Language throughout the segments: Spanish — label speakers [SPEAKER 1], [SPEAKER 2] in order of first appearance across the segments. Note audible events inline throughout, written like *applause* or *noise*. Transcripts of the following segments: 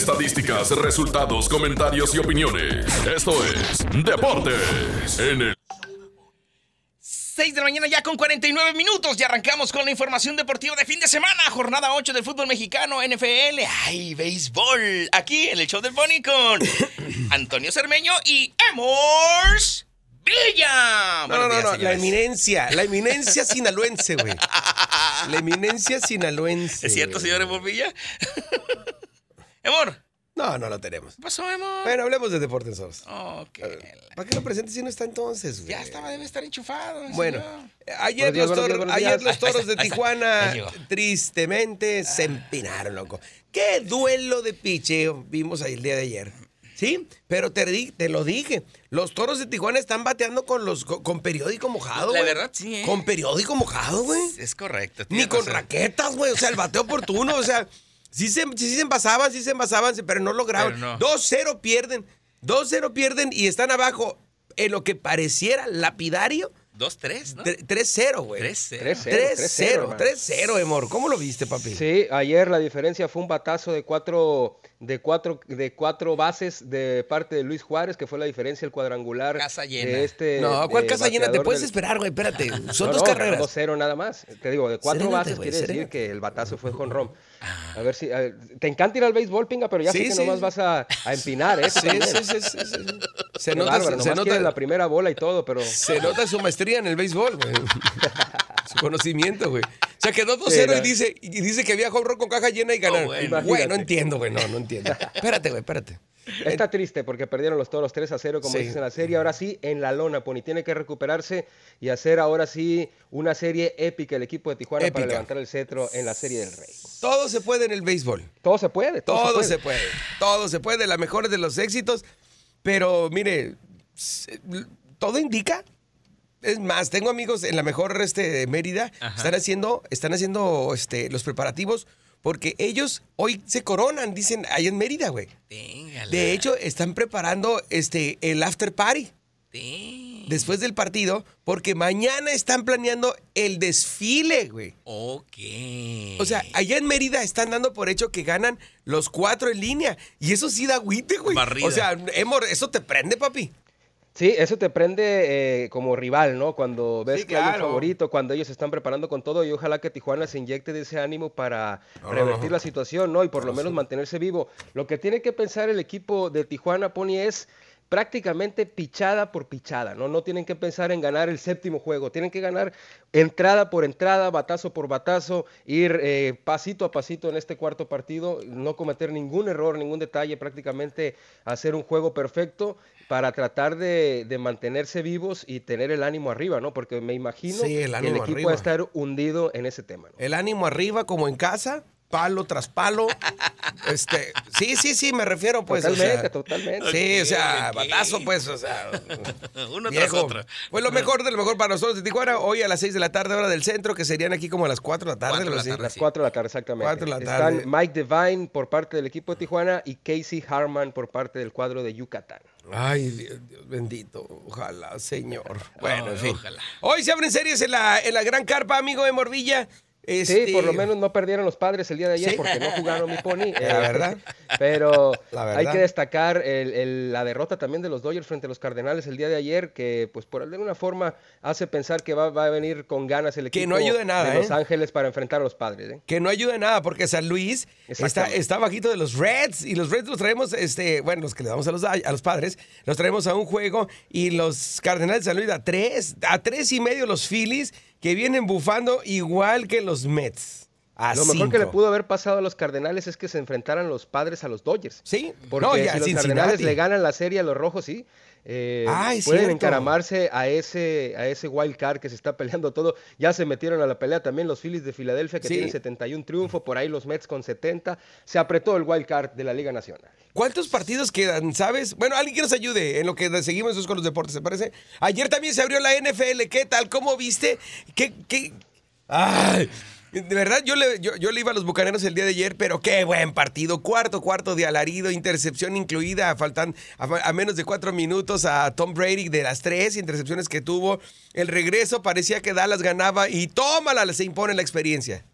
[SPEAKER 1] Estadísticas, resultados, comentarios y opiniones. Esto es Deportes en el
[SPEAKER 2] 6 de la mañana ya con 49 minutos y arrancamos con la información deportiva de fin de semana, jornada 8 del fútbol mexicano, NFL, ay, béisbol, aquí en el show del Boni
[SPEAKER 3] *coughs*
[SPEAKER 2] con Antonio Cermeño y Emors Villa.
[SPEAKER 3] No, no, no, no, la eminencia, la eminencia sinaloense, güey.
[SPEAKER 2] *laughs*
[SPEAKER 3] La eminencia sinaloense.
[SPEAKER 2] ¿Es cierto,
[SPEAKER 3] güey.
[SPEAKER 2] señor Emor Villa? *laughs* Emor, ¿qué
[SPEAKER 3] No, no lo tenemos.
[SPEAKER 2] pasó, Emor?
[SPEAKER 3] Bueno, hablemos de deportes solos.
[SPEAKER 2] Oh, qué la-
[SPEAKER 3] ¿Para qué lo presentes si no está entonces, güey?
[SPEAKER 2] Ya estaba, debe estar enchufado. el
[SPEAKER 3] Bueno,
[SPEAKER 2] señor.
[SPEAKER 3] ayer,
[SPEAKER 4] Buenos días,
[SPEAKER 3] los,
[SPEAKER 4] buenos días,
[SPEAKER 3] toros-
[SPEAKER 4] buenos
[SPEAKER 3] ayer
[SPEAKER 4] días.
[SPEAKER 3] los toros
[SPEAKER 2] Ahí
[SPEAKER 3] de
[SPEAKER 2] está, ahí está. Ya
[SPEAKER 3] Tijuana
[SPEAKER 2] llegó.
[SPEAKER 4] Ah.
[SPEAKER 3] tristemente se empinaron, loco. Qué duelo de picheo vimos ahí el día de ayer. Sí, pero te, di- te lo dije. Los toros de Tijuana están bateando con los con, con periódico mojado.
[SPEAKER 2] La
[SPEAKER 3] güey.
[SPEAKER 2] verdad, sí, ¿eh?
[SPEAKER 3] Con periódico mojado, güey.
[SPEAKER 2] Es correcto.
[SPEAKER 3] Ni
[SPEAKER 2] tienes
[SPEAKER 3] con
[SPEAKER 2] razón.
[SPEAKER 3] raquetas, güey. O sea, el bateo oportuno. O sea, sí se, sí se envasaban, sí se envasaban, pero no lograban.
[SPEAKER 2] Pero no.
[SPEAKER 3] 2-0 pierden. 2-0 pierden y están abajo en lo que pareciera lapidario.
[SPEAKER 2] Dos, tres, ¿no?
[SPEAKER 3] Tre- 3-0, güey.
[SPEAKER 2] 3-0.
[SPEAKER 4] 3-0.
[SPEAKER 3] 3-0,
[SPEAKER 4] 3-0,
[SPEAKER 3] 3-0, amor. ¿Cómo lo viste, papi?
[SPEAKER 4] Sí, ayer la diferencia fue un batazo de cuatro, de cuatro, de cuatro bases de parte de Luis Juárez, que fue la diferencia el cuadrangular
[SPEAKER 2] Casa llena.
[SPEAKER 4] de este.
[SPEAKER 3] No, ¿cuál
[SPEAKER 4] eh,
[SPEAKER 3] casa llena? Te
[SPEAKER 4] bateador
[SPEAKER 3] puedes
[SPEAKER 4] del-
[SPEAKER 3] esperar, güey.
[SPEAKER 4] *laughs*
[SPEAKER 3] Espérate. Son
[SPEAKER 4] No,
[SPEAKER 3] dos
[SPEAKER 4] no,
[SPEAKER 3] carreras.
[SPEAKER 4] 2-0 nada más. Te digo, de cuatro
[SPEAKER 3] Serénate,
[SPEAKER 4] bases
[SPEAKER 3] güey,
[SPEAKER 4] quiere decir
[SPEAKER 3] serénate.
[SPEAKER 4] que el batazo fue con Rom. A ver si. a ver, te encanta ir al béisbol, pinga, pero ya
[SPEAKER 3] Sí,
[SPEAKER 4] sé que
[SPEAKER 3] sí.
[SPEAKER 4] nomás vas a, a empinar, ¿eh?
[SPEAKER 3] Sí, sí, sí, sí, sí, sí. Se
[SPEAKER 4] Qué
[SPEAKER 3] nota,
[SPEAKER 4] bárbaro,
[SPEAKER 3] se,
[SPEAKER 4] nomás
[SPEAKER 3] nota,
[SPEAKER 4] quiere la primera bola y todo, pero.
[SPEAKER 3] se nota su maestría en el béisbol, güey. su conocimiento, güey. O sea, quedó 2-0
[SPEAKER 4] Sí,
[SPEAKER 3] y,
[SPEAKER 4] no.
[SPEAKER 3] dice, y dice que había home run con caja llena y ganaron.
[SPEAKER 2] bueno.
[SPEAKER 3] güey, no
[SPEAKER 4] Imagínate.
[SPEAKER 3] entiendo, güey. No, no entiendo. Espérate, güey, espérate.
[SPEAKER 4] Está triste porque perdieron los toros 3 a 0, como
[SPEAKER 3] Sí.
[SPEAKER 4] dices en la serie. Ahora sí, en la lona, Pony. Tiene que recuperarse y hacer ahora sí una serie épica el equipo de Tijuana para
[SPEAKER 3] Épica.
[SPEAKER 4] levantar el cetro en la serie del Rey.
[SPEAKER 3] Todo se puede en el béisbol.
[SPEAKER 4] Todo se puede, todo,
[SPEAKER 3] Todo
[SPEAKER 4] se
[SPEAKER 3] se
[SPEAKER 4] puede.
[SPEAKER 3] puede, todo se puede, la mejor de los éxitos, pero mire, se- todo indica. Es más, tengo amigos en la mejor este, de Mérida, están haciendo, están haciendo este, los preparativos porque ellos hoy se coronan, dicen, ahí en Mérida, güey.
[SPEAKER 2] Téngala,
[SPEAKER 3] De hecho, están preparando este, el after party
[SPEAKER 2] té-
[SPEAKER 3] después del partido porque mañana están planeando el desfile, güey.
[SPEAKER 2] Ok.
[SPEAKER 3] O sea, allá en Mérida están dando por hecho que ganan los cuatro en línea. Y eso sí da agüite, güey.
[SPEAKER 2] Barrida.
[SPEAKER 3] O sea, Emor, eso te prende, papi.
[SPEAKER 4] Sí, eso te prende eh, como rival, ¿no? Cuando ves
[SPEAKER 3] Sí,
[SPEAKER 4] que hay un
[SPEAKER 3] claro.
[SPEAKER 4] favorito, cuando ellos se están preparando con todo y ojalá que Tijuana se inyecte de ese ánimo para revertir la situación, ¿no? Y por lo menos mantenerse vivo. Lo que tiene que pensar el equipo de Tijuana, Pony, es prácticamente pichada por pichada, ¿no? No tienen que pensar en ganar el séptimo juego, tienen que ganar entrada por entrada, batazo por batazo, ir eh, pasito a pasito en este cuarto partido, no cometer ningún error, ningún detalle, prácticamente hacer un juego perfecto para tratar de, de mantenerse vivos y tener el ánimo arriba, ¿no? Porque me imagino
[SPEAKER 3] Sí, el
[SPEAKER 4] que el
[SPEAKER 3] ánimo
[SPEAKER 4] equipo
[SPEAKER 3] arriba. Eh,
[SPEAKER 4] va a estar hundido en ese tema, ¿no?
[SPEAKER 3] El ánimo arriba, como en casa, palo tras
[SPEAKER 2] *laughs*
[SPEAKER 3] palo. este, sí, sí, sí, me refiero, pues. o sea,
[SPEAKER 4] totalmente, totalmente.
[SPEAKER 3] Sí, o sea,
[SPEAKER 2] Ok, ok.
[SPEAKER 3] batazo, pues, o sea.
[SPEAKER 2] *laughs* Uno tras
[SPEAKER 3] viejo.
[SPEAKER 2] otro.
[SPEAKER 3] Pues lo mejor de lo mejor para nosotros de Tijuana, hoy a las 6 de la tarde, hora del centro, que serían aquí como a las 4 de la tarde.
[SPEAKER 2] Cuatro de
[SPEAKER 3] algo
[SPEAKER 2] la
[SPEAKER 3] así.
[SPEAKER 2] tarde,
[SPEAKER 4] Las
[SPEAKER 2] Sí.
[SPEAKER 4] 4 de la tarde, exactamente.
[SPEAKER 3] Cuatro de la tarde.
[SPEAKER 4] Están Mike Devine por parte del equipo de Tijuana y Casey Harman por parte del cuadro de Yucatán.
[SPEAKER 3] Ay, Dios, Dios bendito. Ojalá, señor. Bueno,
[SPEAKER 2] No,
[SPEAKER 3] en fin.
[SPEAKER 2] ojalá.
[SPEAKER 3] Hoy se abren series en la, en la gran carpa, amigo de Morvilla. Este,
[SPEAKER 4] Sí, por lo menos no perdieron los padres el día de ayer
[SPEAKER 3] Sí.
[SPEAKER 4] porque no jugaron mi
[SPEAKER 3] *laughs*
[SPEAKER 4] pony. eh,
[SPEAKER 3] La verdad.
[SPEAKER 4] Pero
[SPEAKER 3] *laughs* La verdad.
[SPEAKER 4] hay que destacar el- el- la derrota también de los Dodgers frente a los Cardenales el día de ayer, que pues por alguna forma hace pensar que va, va a venir con ganas el equipo
[SPEAKER 3] Que no ayuda en nada,
[SPEAKER 4] de Los
[SPEAKER 3] ¿eh?
[SPEAKER 4] Ángeles para enfrentar a los padres. ¿eh?
[SPEAKER 3] Que no ayuda en nada porque San Luis está,
[SPEAKER 4] Exactamente.
[SPEAKER 3] está bajito de los Reds y los Reds los traemos, este, bueno, los que le damos a los, a los padres, los traemos a un juego y los Cardenales de San Luis a tres, a tres y medio los Phillies que vienen bufando igual que los Mets. A
[SPEAKER 4] Lo mejor que le
[SPEAKER 3] cinco.
[SPEAKER 4] pudo haber pasado a los Cardenales es que se enfrentaran los padres a los Dodgers.
[SPEAKER 3] Sí,
[SPEAKER 4] Porque
[SPEAKER 3] no, ya
[SPEAKER 4] si los
[SPEAKER 3] Cincinnati.
[SPEAKER 4] Cardenales le ganan la serie a los Rojos, sí. eh,
[SPEAKER 3] Ah, es
[SPEAKER 4] pueden
[SPEAKER 3] cierto.
[SPEAKER 4] encaramarse a ese, a ese wild card que se está peleando todo. Ya se metieron a la pelea también los Phillies de Filadelfia que
[SPEAKER 3] Sí.
[SPEAKER 4] tienen 71 triunfos, por ahí los Mets con 70. Se apretó el wild card de la Liga Nacional.
[SPEAKER 3] ¿Cuántos partidos quedan, sabes? Bueno, alguien que nos ayude en lo que seguimos nosotros con los deportes, ¿se parece? Ayer también se abrió la NFL, ¿qué tal? ¿Cómo viste? ¿Qué, qué? Ay, de verdad, yo le, yo, yo le iba a los Bucaneros el día de ayer, pero qué buen partido. Cuarto, cuarto de alarido, intercepción incluida, faltan a, fa- a menos de cuatro minutos a Tom Brady de las tres intercepciones que tuvo. El regreso parecía que Dallas ganaba y tómala, se impone la experiencia.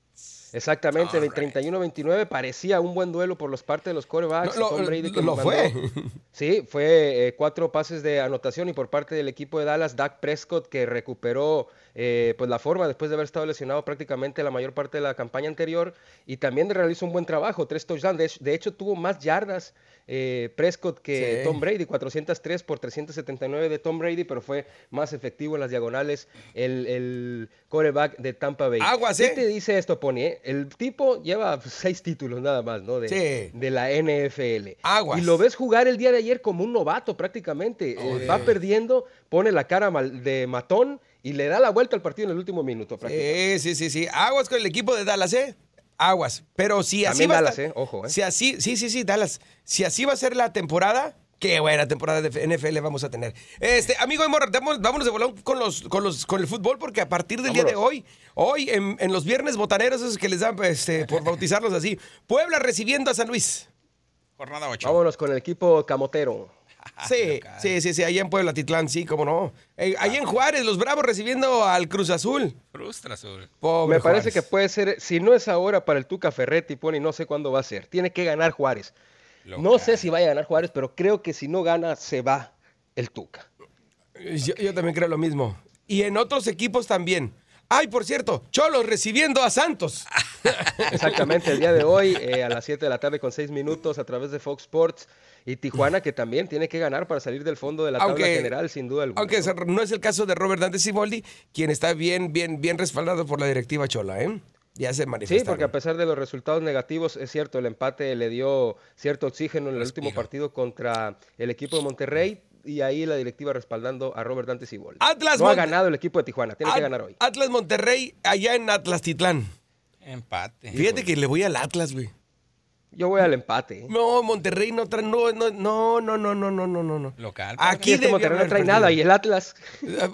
[SPEAKER 4] Exactamente, 31-29 parecía un buen duelo por los partes de los corebacks.
[SPEAKER 3] No, lo-
[SPEAKER 4] Tom Brady que
[SPEAKER 3] lo
[SPEAKER 4] mandó-
[SPEAKER 3] fue. *laughs*
[SPEAKER 4] Sí, fue eh, cuatro pases de anotación y por parte del equipo de Dallas, Dak Prescott que recuperó eh, pues la forma después de haber estado lesionado prácticamente la mayor parte de la campaña anterior y también realizó un buen trabajo, tres touchdowns. De hecho, de hecho, tuvo más yardas eh, Prescott que
[SPEAKER 3] Sí.
[SPEAKER 4] Tom Brady, 403 por 379 de Tom Brady, pero fue más efectivo en las diagonales el, el quarterback de Tampa Bay.
[SPEAKER 3] Aguas,
[SPEAKER 4] ¿Qué
[SPEAKER 3] ¿eh?
[SPEAKER 4] te dice esto, Pony? eh? El tipo lleva seis títulos nada más, ¿no? De,
[SPEAKER 3] Sí.
[SPEAKER 4] de la NFL.
[SPEAKER 3] Aguas.
[SPEAKER 4] Y lo ves jugar el día de ayer como un novato prácticamente. Eh, va perdiendo, pone la cara mal- de matón y le da la vuelta al partido en el último minuto. prácticamente.
[SPEAKER 3] Sí, sí, sí, sí. Aguas con el equipo de Dallas, ¿eh? Aguas. Pero si así
[SPEAKER 4] También
[SPEAKER 3] va a
[SPEAKER 4] Dallas,
[SPEAKER 3] estar-
[SPEAKER 4] ¿eh? Ojo, ¿eh?
[SPEAKER 3] Si así, sí, sí, sí, Dallas. Si así va a ser la temporada, qué buena temporada de NFL vamos a tener. Este, amigo Emor, damos- vámonos de volón con los, con los, con el fútbol, porque a partir del día de
[SPEAKER 4] Vámonos.
[SPEAKER 3] hoy, hoy, en, en los viernes botaneros, esos que les dan este, por bautizarlos así. Puebla recibiendo a San
[SPEAKER 4] *laughs*
[SPEAKER 3] Luis.
[SPEAKER 2] Jornada 8.
[SPEAKER 4] Vámonos con el equipo camotero.
[SPEAKER 3] Sí, sí, sí, sí, allá en Puebla, Titlán, sí, cómo no. Eh, allá
[SPEAKER 4] Ah.
[SPEAKER 3] en Juárez, los Bravos recibiendo al Cruz Azul.
[SPEAKER 2] Frustra, Azul.
[SPEAKER 3] Pobre
[SPEAKER 4] Me parece
[SPEAKER 3] Juárez.
[SPEAKER 4] que puede ser, si no es ahora para el Tuca Ferretti, Pony, no sé cuándo va a ser. Tiene que ganar Juárez. No sé si vaya a ganar Juárez, pero creo que si no gana, se va el Tuca.
[SPEAKER 3] Yo, yo también creo lo mismo. Y en otros equipos también. Ay, por cierto, Cholos recibiendo a Santos.
[SPEAKER 4] Exactamente, el día de hoy eh, a las 7 de la tarde con 6 minutos a través de Fox Sports y Tijuana que también tiene que ganar para salir del fondo de la tabla general sin duda alguna.
[SPEAKER 3] Aunque se- no es el caso de Robert Dante Simoldi, quien está bien, bien, bien respaldado por la directiva Chola, ¿eh? Ya se manifestó.
[SPEAKER 4] Sí, porque a pesar de los resultados negativos, es cierto, el empate le dio cierto oxígeno en el último partido contra el equipo de Monterrey y ahí la directiva respaldando a Robert Dante Cibol.
[SPEAKER 3] Atlas
[SPEAKER 4] no ha
[SPEAKER 3] Monte-
[SPEAKER 4] ganado el equipo de Tijuana, tiene que ganar hoy.
[SPEAKER 3] Atlas Monterrey, allá en Atlas Titlán.
[SPEAKER 2] Empate.
[SPEAKER 3] Fíjate que le voy al Atlas, güey.
[SPEAKER 4] Yo voy al empate. ¿eh.
[SPEAKER 3] No, Monterrey no trae. No, no, no, no, no, no, no, no, no.
[SPEAKER 2] Local, pero-
[SPEAKER 3] Aquí
[SPEAKER 4] Y este
[SPEAKER 3] debió
[SPEAKER 4] Monterrey no
[SPEAKER 3] haber
[SPEAKER 4] trae
[SPEAKER 3] perdido.
[SPEAKER 4] nada y el Atlas *laughs*
[SPEAKER 3] Nada.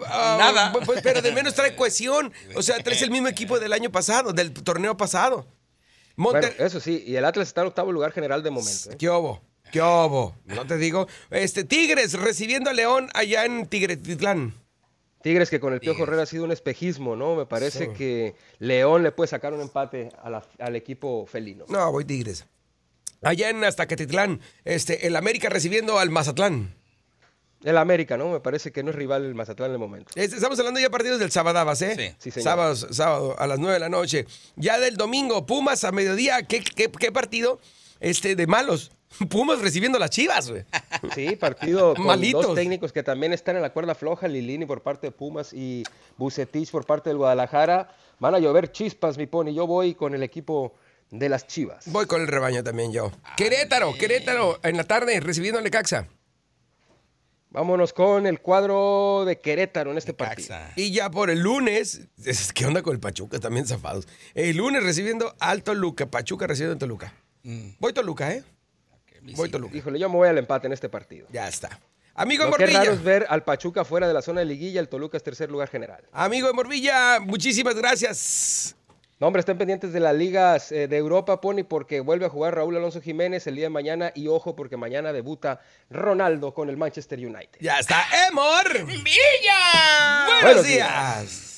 [SPEAKER 3] Ah, pero de menos trae cohesión. O sea, traes el mismo equipo del año pasado, del torneo pasado. Monte-
[SPEAKER 4] Bueno, eso sí, y el Atlas está en octavo lugar general de momento. ¿eh.
[SPEAKER 3] ¿Qué obo? ¿Qué obo? No te digo. Este, Tigres recibiendo a León allá en Tigretitlán.
[SPEAKER 4] Tigres que con el Piojo Herrera ha sido un espejismo, ¿no? Me parece que León le puede sacar un empate a la- al equipo felino.
[SPEAKER 3] No, voy Tigres. Allá en Aztacatitlán, este, el América recibiendo al Mazatlán.
[SPEAKER 4] El América, ¿no? Me parece que no es rival el Mazatlán en el
[SPEAKER 3] *laughs*
[SPEAKER 4] momento.
[SPEAKER 3] Este, Estamos hablando ya de partidos del Sabadabas, ¿eh?
[SPEAKER 2] Sí.
[SPEAKER 4] Sí, señor.
[SPEAKER 3] Sábados- sábado a las 9 de la noche. Ya del domingo, Pumas a mediodía. ¿Qué, qué- qué partido este, de malos? *laughs* Pumas recibiendo a las chivas, güey.
[SPEAKER 4] Sí, partido con
[SPEAKER 3] Malitos.
[SPEAKER 4] dos técnicos que también están en la cuerda floja, Lilini por parte de Pumas y Bucetich por parte del Guadalajara. Van a llover chispas, mi pony. Yo voy con el equipo de las Chivas.
[SPEAKER 3] Voy con el rebaño también yo. Querétaro, Querétaro, en la tarde recibiendo a Necaxa.
[SPEAKER 4] Vámonos con el cuadro de Querétaro en este partido.
[SPEAKER 2] Caxa.
[SPEAKER 3] Y ya por el lunes, es- ¿qué onda con el Pachuca? También zafados. El lunes recibiendo al Toluca, Pachuca recibiendo al Toluca. Voy Toluca, ¿eh? Voy Toluca.
[SPEAKER 4] Híjole, yo me voy al empate en este partido.
[SPEAKER 3] Ya está. Amigo de
[SPEAKER 4] Lo que es raro es
[SPEAKER 3] Morbilla.
[SPEAKER 4] ver al Pachuca fuera de la zona de liguilla, el Toluca es tercer lugar general.
[SPEAKER 3] Amigo de Morbilla, muchísimas gracias.
[SPEAKER 4] No, hombre, estén pendientes de las ligas eh, de Europa, Pony, porque vuelve a jugar Raúl Alonso Jiménez el día de mañana y ojo, porque mañana debuta Ronaldo con el Manchester United.
[SPEAKER 3] Ya está. ¡Emor!
[SPEAKER 2] ¡Villa!
[SPEAKER 3] ¡Eh, Buenos
[SPEAKER 4] Buenos
[SPEAKER 3] días.